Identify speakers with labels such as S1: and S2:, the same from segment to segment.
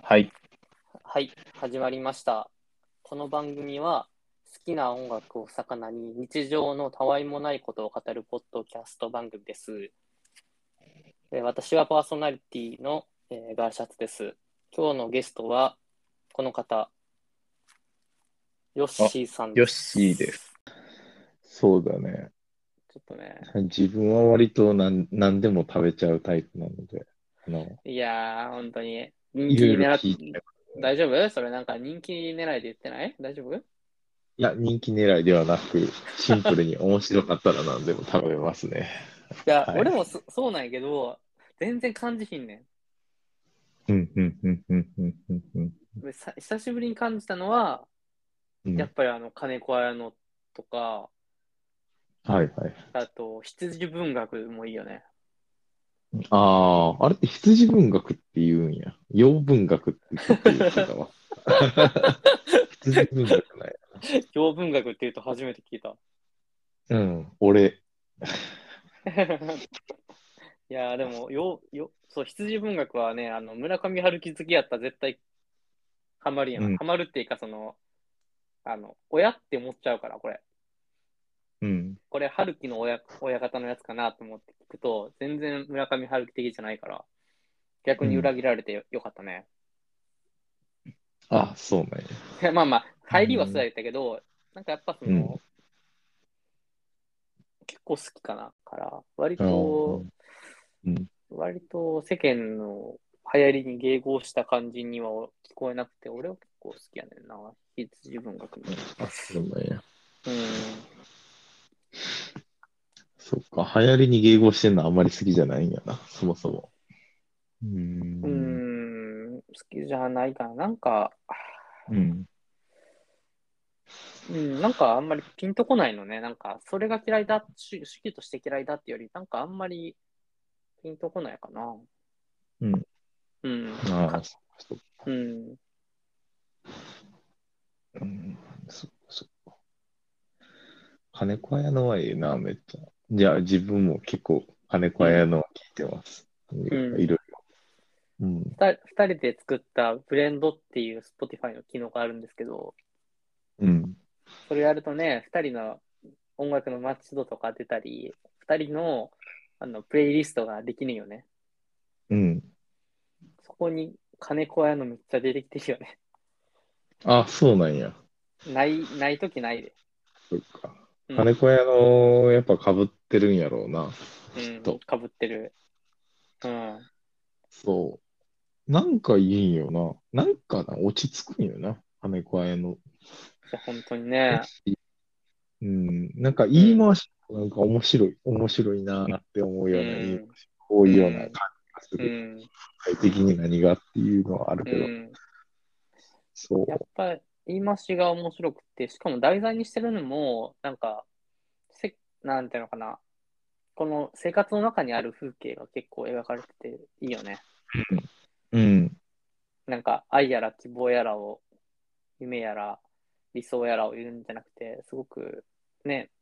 S1: はい。
S2: はい、始まりました。この番組は好きな音楽を魚に日常のたわいもないことを語るポッドキャスト番組です。えー私はパーソナリティの、えーガーシャツです。今日のゲストはこの方、ヨッシーさん
S1: ヨッ
S2: です。
S1: シーです。そうだね。
S2: ちょっとね、
S1: 自分は割と何何でも食べちゃうタイプなので、あの
S2: いやー、本当に。
S1: い
S2: 人気
S1: ろいろ
S2: 狙っ
S1: 聞いて、い
S2: 大丈夫それなんか人気狙いで言ってない大丈夫
S1: や、人気狙いではなく、シンプルに面白かったら何でも食べますね。
S2: いや、
S1: はい
S2: 俺もそそうなんやけど、全然感じひんねん。
S1: うん、うん、うん、うん、うん、うんうん
S2: でさ久しぶりに感じたのは、
S1: うん。
S2: やっ
S1: は
S2: ぱりあの金子綾乃とか、
S1: い、はい。
S2: あと羊文学もいいよね。
S1: ああ、あれって羊文学って言うんや。洋文学って言って言ってた わ。羊文学ない。
S2: 洋文学って言うと初めて聞いた。
S1: うん、俺。
S2: いやーでもよよそう羊文学はねあの村上春樹好きやったら絶対ハマるやん。
S1: うん
S2: ハマるっていうかそのあの親って思っちゃうからこれ。
S1: うん。
S2: これ春樹の親親方のやつかなと思って聞くと全然村上春樹的じゃないから逆に裏切られてよ,、かったね。
S1: あ、そうなんや。
S2: いやまあまあ、入りはそうやったけど、なんかやっぱその、
S1: うん
S2: 結構好きかな。から、割
S1: う
S2: と
S1: ん、うん
S2: 割と世間の流行りに迎合した感じには聞こえなくて、俺は結構好きやねんな。羊文学も。
S1: あ、そうなんや。
S2: うん。
S1: そっか、流行りに迎合してんのあんまり好きじゃないんやな、そもそも。うー。
S2: うんん、好きじゃないかな。なんか、
S1: うん。
S2: うん、なんかあんまりピンとこないのね。なんか、それが嫌いだ、主主義として嫌いだってより、なんかあんまりピンとこないかな。
S1: うん。
S2: うん。
S1: ああ、そそっか。
S2: うん。
S1: うん、そそっか。金子屋のはええな、めっちゃ。じゃあ、自分も結構金子屋のは聞いてます。いろいろ。うん。
S2: 2人で作ったブレンドっていう Spotify の機能があるんですけど、
S1: うん。
S2: それやるとね、2人の音楽のマッチ度とか出たり、2人のあのプレイリストができるよね。
S1: うん。
S2: そこに金子屋のめっちゃ出てきてるよね。
S1: あ、そうなんや。
S2: ない、ないときないで。
S1: そっか。
S2: うん
S1: 金子屋の、やっぱ被ってるんやろうな。
S2: う
S1: きっ
S2: ん、
S1: と。
S2: かぶってる。うん。
S1: そう。なんかいいんよな。なんかな、落ち着くんよな。金子屋の。
S2: じゃ本当にね。
S1: うん。なんか言い回し、なんか面白い、面白いなって思うような
S2: うん
S1: 言い回し、こういうような感じがす
S2: う
S1: る。
S2: ん。
S1: 具体的に何がっていうのはある
S2: う
S1: けど、
S2: ん。
S1: そう
S2: やっ。ぱ言い回しが面白くて、しかも題材にしてるのも、なんか、せなんていうのかな、この生活の中にある風景が結構描かれてていいよね。
S1: うん。
S2: なんか、愛やら希望やらを、夢やら、理想やらを言うんじゃなくて、すごく、ね、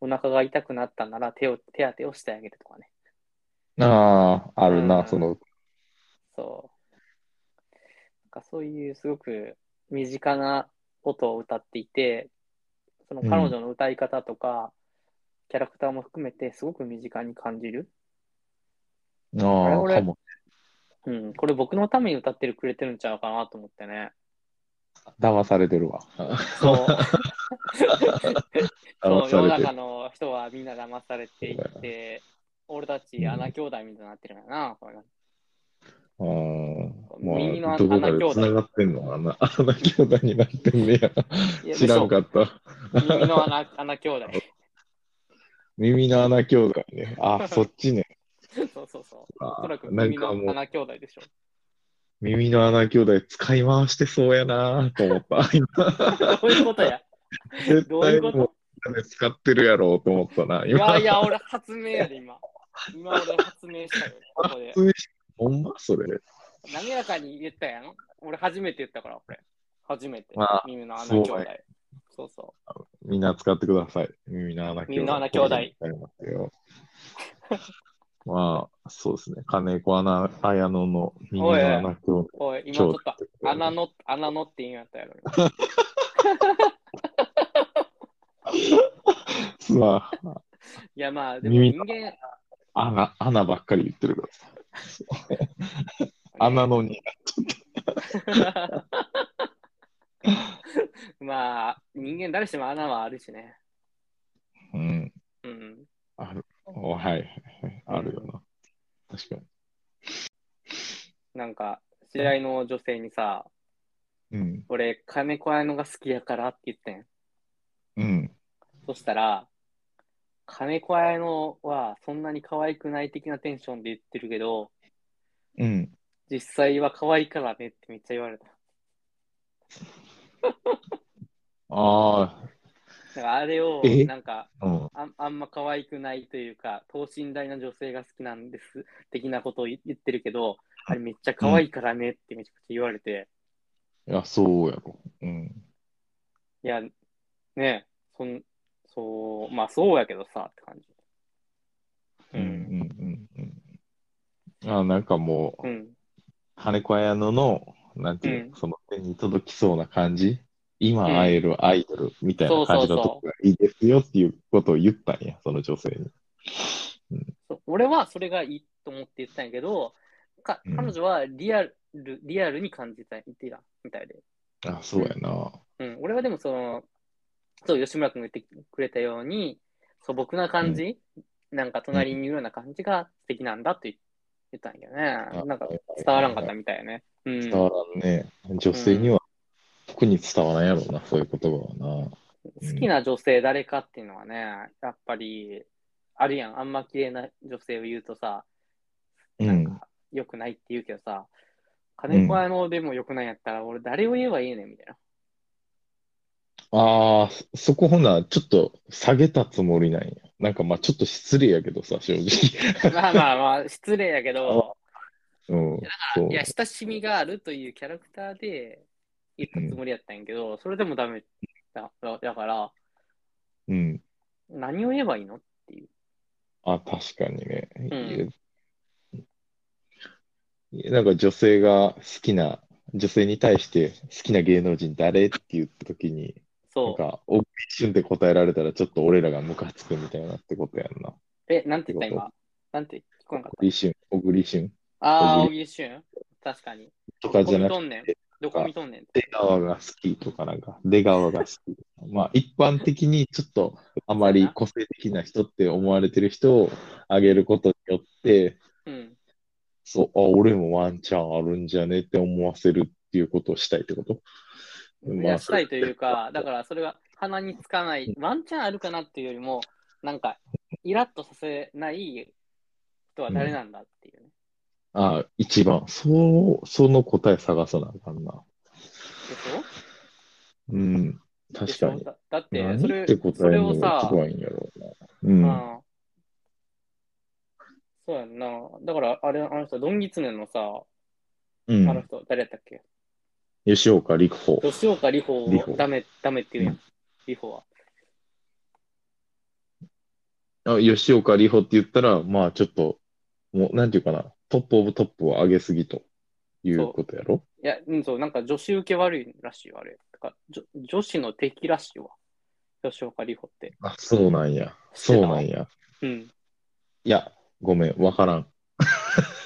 S2: お腹が痛くなったなら手を手当てをしてあげるとかね。
S1: ああ、あ
S2: う
S1: る
S2: ん
S1: な、その、
S2: そう。なんかそういうすごく身近なことを歌っていて、その彼女の歌い方とか、キャラクターも含めてすごく身近に感じる。
S1: ああ、
S2: 俺
S1: かも。
S2: うん、これ僕のために歌ってるくれてるんちゃうかなと思って ね。
S1: 騙されてるわ。
S2: そう。そう
S1: 騙さ
S2: 世の
S1: れて
S2: 中
S1: る。
S2: の人はみんな騙されていて、俺たち穴兄弟みたいになってるんだな、これが
S1: あ
S2: 右
S1: ーま
S2: の
S1: あ、どこ
S2: 穴
S1: か
S2: 兄
S1: で
S2: 弟
S1: 繋がってんの穴、穴兄弟になってんね
S2: い
S1: や。
S2: や
S1: 知らんかった。
S2: 嘘耳の穴穴兄 弟。
S1: 耳の穴兄弟ね。あ、そっちね。
S2: そうそうそう。
S1: あ
S2: おそらく
S1: なん
S2: 耳の
S1: かもう、
S2: 穴兄弟でしょ。
S1: 耳の穴兄弟使い回してそうやなと思った。今
S2: どういうことや
S1: 絶
S2: どうい
S1: 対
S2: うこと
S1: もう金使ってるやろうと思ったな。
S2: いや
S1: 今、
S2: いや、俺発明やで、今。今俺発明したよ、ここで。
S1: ほんまそれ。
S2: 滑らかに言ったやん。俺初めて言ったから、これ。初めて。
S1: まあ
S2: 耳の穴
S1: そう
S2: 兄
S1: ね
S2: 弟。そうそ
S1: みんな使ってください。耳の穴兄弟。
S2: 耳の穴兄弟
S1: こういうの使いますよ まあ、そうですね。金子アナ、綾野の耳の穴と、
S2: おい、今ち
S1: ち
S2: ょ
S1: ょ
S2: っ
S1: っ
S2: と穴の、穴のって言うんやったやろ。
S1: ま
S2: いや、まあ、でも
S1: 耳
S2: 人
S1: の
S2: 間、
S1: あ、穴、穴ばっかり言ってるからさ。穴のに、
S2: まあ、人間誰しも穴はあるしね。
S1: うん、
S2: うん。
S1: ある。おはい、はいはい、あるよな。確か
S2: なんか、知り合いの女性にさ、
S1: に。うん、
S2: 俺、金子綾乃が好きやからって言ってん。
S1: うん。
S2: そしたら、金子綾乃はそんなに可愛くない的なテンションで言ってるけど、
S1: うん。
S2: 実際は可愛いからねってめっちゃ言われた。
S1: あ
S2: だからあれを、
S1: え
S2: なんか、
S1: あ、うん。
S2: あんあんま可愛くないというか、等身大な女性が好きなんです的なことを言言ってるけど、あれめっちゃ可愛いからねってめちゃくちゃ言われて、
S1: いや、そうやろ。うん。
S2: いや、ねえそん、そう、まあそうやけどさって感じ。
S1: うん、うん、うん。うんあ、なんかもう
S2: う、ん。
S1: 羽子綾乃の、なんていうの、
S2: うん
S1: その手に届きそうな感じ、今
S2: うん
S1: 会えるアイドルみたいな感じ
S2: そうそうそ
S1: の
S2: う
S1: とこがいいですよっていうことを言ったんや、その女性に。
S2: そう俺はそれがいいと思って言ってたんやけど、か
S1: うん
S2: 彼女はリアル、リアルに感じた、言ってたみたいで。
S1: あ、そうやな。
S2: うん、俺はでもその、そう、吉村君が言ってくれたように、素朴な感じ、なんか隣にいるような感じが素敵なんだって言ったんやけどね。
S1: あ
S2: なんか伝わらんかったみたいやね。うん。
S1: 伝わらんね。女性には特に伝わらんやろうな、そういう言葉はな。
S2: 好きな女性誰かっていうのはね、やっぱり、あるやん。あんま綺麗な女性を言うとさ、
S1: う
S2: なん
S1: ん。
S2: か良くないって言うけどさ、金子屋のでも良くないんやったら、俺誰を言えばいいねんみたいな。
S1: ああ、そそこほな、ちょっと下げたつもりなんや。なんかまあちょっと失礼やけどさ、正直。
S2: まあまあまあ、失礼やけど、
S1: うん。そう
S2: いや、親しみがあるというキャラクターで言ったつもりやったんやけど、それでもダメだだだから、
S1: うん。
S2: 何を言えばいいの
S1: あ、確かにね。
S2: ん
S1: いやなんか女性が好きな、女性に対して好きな芸能人誰って言った時に、なん
S2: そ
S1: か、お一瞬で答えられたらちょっと俺らがムカつくみたいなってことやんな。
S2: う。え、なんて言った
S1: ってこと
S2: 今なんて聞こえなか
S1: 小
S2: っ
S1: 栗旬、小栗旬
S2: たああ、
S1: 小
S2: 小木俊確かに。
S1: とか
S2: ど
S1: じ
S2: こ
S1: ゃ
S2: 見
S1: なく
S2: と
S1: て、
S2: んねん。どこ見とんねん。
S1: 出川が好きとかなんか、出川が好き。まあ、一般的にちょっとあまり個性的な人って思われてる人を挙げることによって、
S2: うん。
S1: そう、あ、俺もワンチャンあるんじゃねって思わせるっていうことをしたいってこと
S2: いや、したいというか、だからそれが鼻につかない、ワンチャンあるかなっていうよりも、なんか、イラッとさせない人は誰なんだっていうね。
S1: ああ、一番。そう、その答え探さなあかんな。
S2: でしょ
S1: うん、
S2: で
S1: 確
S2: し
S1: か
S2: ょ
S1: に。
S2: だだって、そ
S1: 何
S2: れ
S1: って答
S2: そ
S1: え
S2: れ
S1: る
S2: を
S1: のが
S2: さ
S1: 一、番いいんやろうな。うん。あ
S2: うんそうやんな。だから、あれ、あの人、ドンギツネのさ、
S1: う
S2: あの
S1: ん。
S2: 人、誰やったっけ
S1: 吉岡里帆。
S2: 吉岡里帆
S1: 里帆
S2: をダメ、ダメって言うやん。里帆は。
S1: あ、吉岡里帆って言ったら、まあちょっと、もう、なんていうかな、トップオブトップを上げすぎということやろ
S2: いや、うん、そう、なんか女子受け悪いらしいよ、あれ。だから女女子の敵らしいわ。吉岡里帆って。
S1: あ、そうなんや。そうなんや。
S2: うん。
S1: いや、ごめん、わから ん。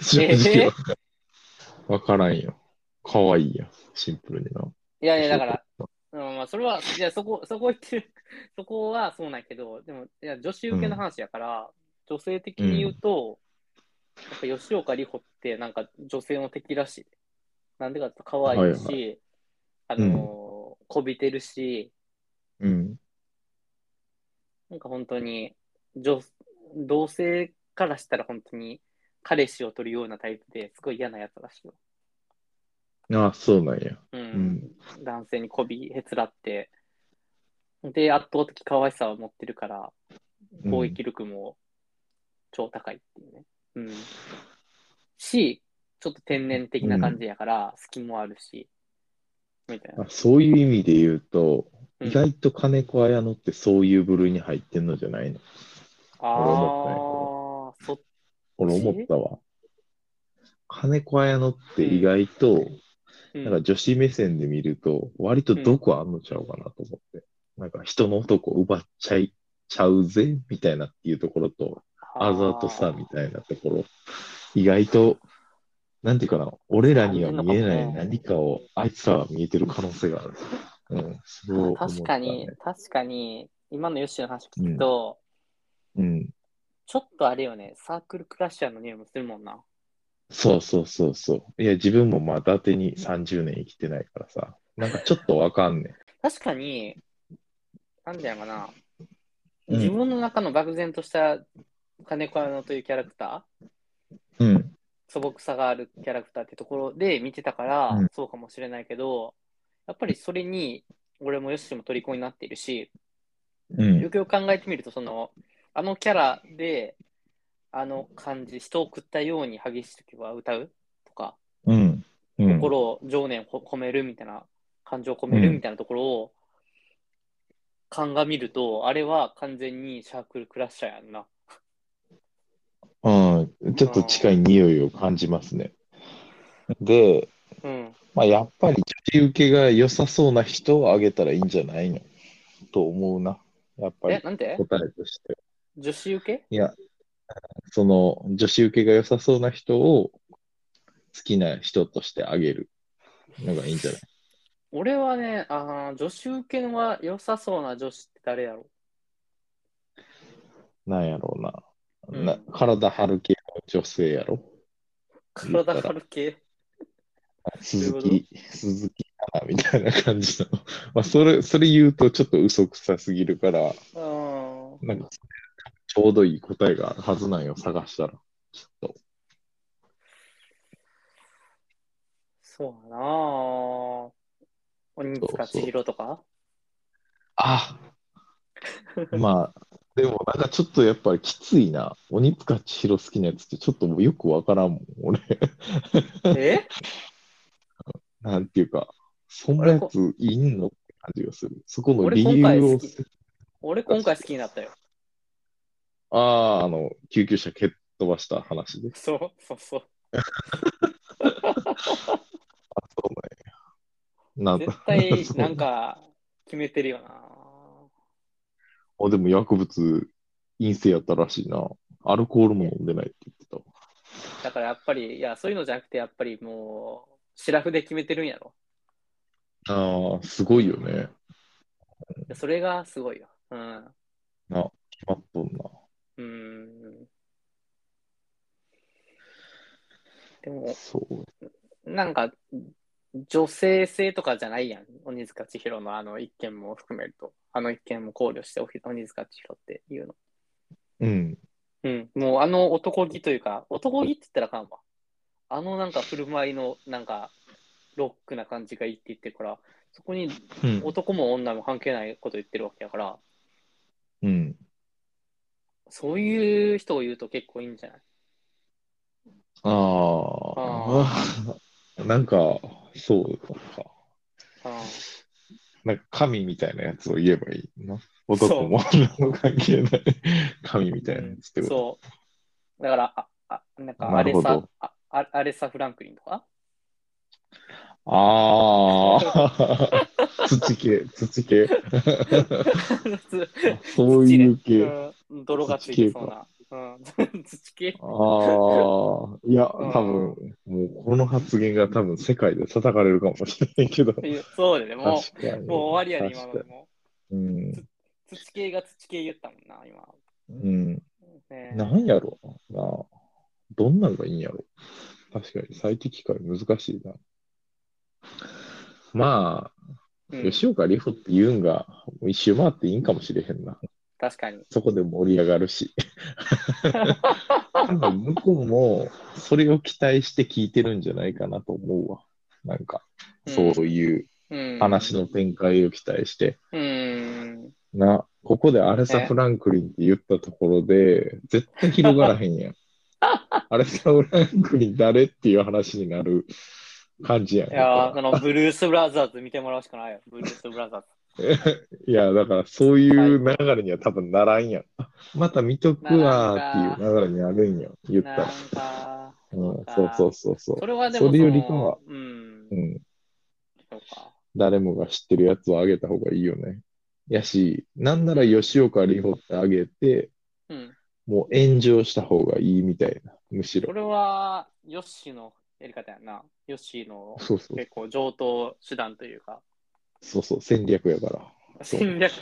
S1: 正
S2: え
S1: 直わからんわからんよ。かわいいや、シンプルにな。
S2: いやいや、だから、うん、まあ、それは、いや、そこ、そこ言ってる、 そこはそうなんやけど、でも、いや、女子受けの話やから、女性的に言うと、やっぱ吉岡里帆って、なんか女性の敵らしい。なんでかっていうと可愛いし、
S1: は
S2: あのーこびてるし、
S1: うん。
S2: なんか本当に、女、同性からしたら本当に、彼氏を取るようなタイプですごい嫌なやつらしいよ。
S1: あ、そうなんや。
S2: うん。
S1: うん。
S2: 男性にこびへつらって、で、圧倒的可愛さを持ってるから、
S1: うん
S2: 攻撃力も超高いっていうね。うん。し、ちょっと天然的な感じやから、隙もあるし、みたいな。
S1: あそういう意味で言うと、
S2: うん
S1: 意外と金子綾乃ってそういう部類に入ってんのじゃないの
S2: ああー、そっ
S1: 俺思ったわ。金子綾乃って意外と、
S2: うん
S1: なんか女子目線で見ると、割と毒あんのちゃうかなと思って。なんか人の男奪っちゃい、ちゃうぜ、みたいなっていうところと、あざとさみたいなところ、意外と、なんていうかな、俺らには見えない何かを、あいつらは見えてる可能性がある。うん、それを思ったね
S2: 確かに、確かに、今のヨッシーの話聞くと、
S1: うん。
S2: ちょっとあれよね、サークルクラッシャーの匂いもするもんな。
S1: そうそうそうそう。いや、自分もまだてに30年生きてないからさ、なんかちょっとわかんね
S2: 確かに、なんだよかな、
S1: うん
S2: 自分の中の漠然とした金子屋のというキャラクタ
S1: ん。うん。
S2: ー、素朴さがあるキャラクターってところで見てたから、
S1: うん
S2: そうかもしれないけど、やっぱりそれに、俺もヨッシーも虜になっているし、
S1: うん
S2: よ。くよく考えてみると、その、あのキャラで、あの感じ、人を食ったように激しい時は歌うとか、
S1: うん。うん。
S2: 心を、情念を込めるみたいな、感情を込めるみたいなところを、鑑みると、あれは完全にシャークルクラッシャーやんな。
S1: うん。ちょっと近い匂いを感じますね。で、
S2: うん。
S1: まあ、やっぱり女子受けが良さそうな人をあげたらいいんじゃないのと思うな。やっぱ
S2: え
S1: り、
S2: なんて
S1: 答えとして。
S2: 女子受け
S1: いや、その女子受けが良さそうな人を好きな人としてあげるのがいいんじゃない
S2: 俺はね、あー女子受けは良さそうな女子って誰やろ
S1: なんやろうな。
S2: うん
S1: な体張る系の女性やろ言った
S2: 体
S1: ら
S2: 張る系。
S1: 鈴
S2: どういう
S1: 木、鈴木かなみたいな感じの。 まあ、それ、それ言うとちょっと嘘くさすぎるから、
S2: うん。
S1: なんか、ちょうどいい答えがあるはずなんよ、探したら。ちょっと。
S2: そうだなぁ。鬼塚千尋とか
S1: あまあ、でもなんかちょっとやっぱりきついな。鬼塚千尋好きなやつってちょっともうよくわからんもん、俺。
S2: え
S1: なんていうか、そんなやついんのって感じがする。そこの
S2: 俺
S1: 理
S2: 今回
S1: 由
S2: 好
S1: を
S2: き、俺今回好きになったよ。
S1: ああ、あの、救急車蹴っ飛ばした話で。
S2: そうそうそう。
S1: なん
S2: 絶
S1: か、
S2: 対
S1: そう
S2: なんか決めてるよな
S1: あでも薬物陰性やったらしいな。アルコールも飲んでないって言ってたわ。
S2: だからやっぱり、いや、そういうのじゃなくて、やっぱりもう、シラフで決めてるんやろ。
S1: ああ、すごいよね。
S2: いやそれがすごいよ。うん。
S1: 決まっとんな。
S2: うん。でも、
S1: そう。
S2: なんか、女性性とかじゃないやん。鬼塚千尋のあの一件も含めると。あの一件も考慮して、鬼塚千尋っていうの。
S1: うん。
S2: うん。もうあの男気というか、男気って言ったらあかんわ。あのなんか振る舞いのなんか、ロックな感じがいいって言ってるから、そこに
S1: うん。
S2: 男も女も関係ないこと言ってるわけだから、
S1: うん。
S2: そういう人を言うと結構いいんじゃない
S1: ああ。なんか、そうか。
S2: あ
S1: なんか神みたいなやつを言えばいいな。男も女も関係ない。神みたいなやつって
S2: あ。
S1: こと。
S2: そう。だから、あ、あなんか
S1: な
S2: ア
S1: る
S2: レ
S1: ほど
S2: サ、ああアレサ・フランクリンとか
S1: ああ。 土系、土系。そういう系。
S2: うん、泥がついてそうな。うん、土系
S1: ああ、いや、多分、もうこの発言が多分世界で叩かれるかもしれないけど、確
S2: いやそうだね、も
S1: かに。
S2: う、もう終わりやね、今の
S1: 確か
S2: も
S1: に
S2: う。土系が土系言ったもんな、今。
S1: うん。
S2: ね
S1: うん。なんやろうな。どんなんがいいんやろ確かに、最適解難しいな。ま
S2: う
S1: あ、
S2: ん
S1: 吉岡里帆って言うんが、一周回っていいんかもしれへんな。
S2: 確かに。
S1: そこで盛り上がるし。多分向こうも、それを期待して聞いてるんじゃないかなと思うわ。なんか、そういう。
S2: うん
S1: 話。の展開を期待して、
S2: うん。
S1: な、ここでアレサ・
S2: ね
S1: フランクリンって言ったところで、絶対広がらへ んやん。アレサ・フランクリン誰っていう話になる感じやん。
S2: いやー、あの、ブルース・ブラザーズ見てもらうしかないよ。ブルース・ブラザーズ。
S1: いや、だからそういう流れには多分ならんやん。あまた見とくわーっていう流れにあるんや。言った
S2: な
S1: ら
S2: ん。か、
S1: うん、そうそうそうそう。
S2: それはでも
S1: それより
S2: そ
S1: か
S2: の
S1: は、
S2: うん
S1: う、ん、
S2: そうか。
S1: 誰もが知ってるやつをあげた方がいいよね。やし、なんなら吉岡里帆ってあげて、
S2: うん。
S1: もう炎上した方がいいみたいな、むし
S2: こ
S1: ろ。
S2: れは、ヨッシーのやり方やな。ヨッシーの
S1: そうそう
S2: 結構上等手段というか、
S1: そうそう、戦略やから。そう
S2: 戦略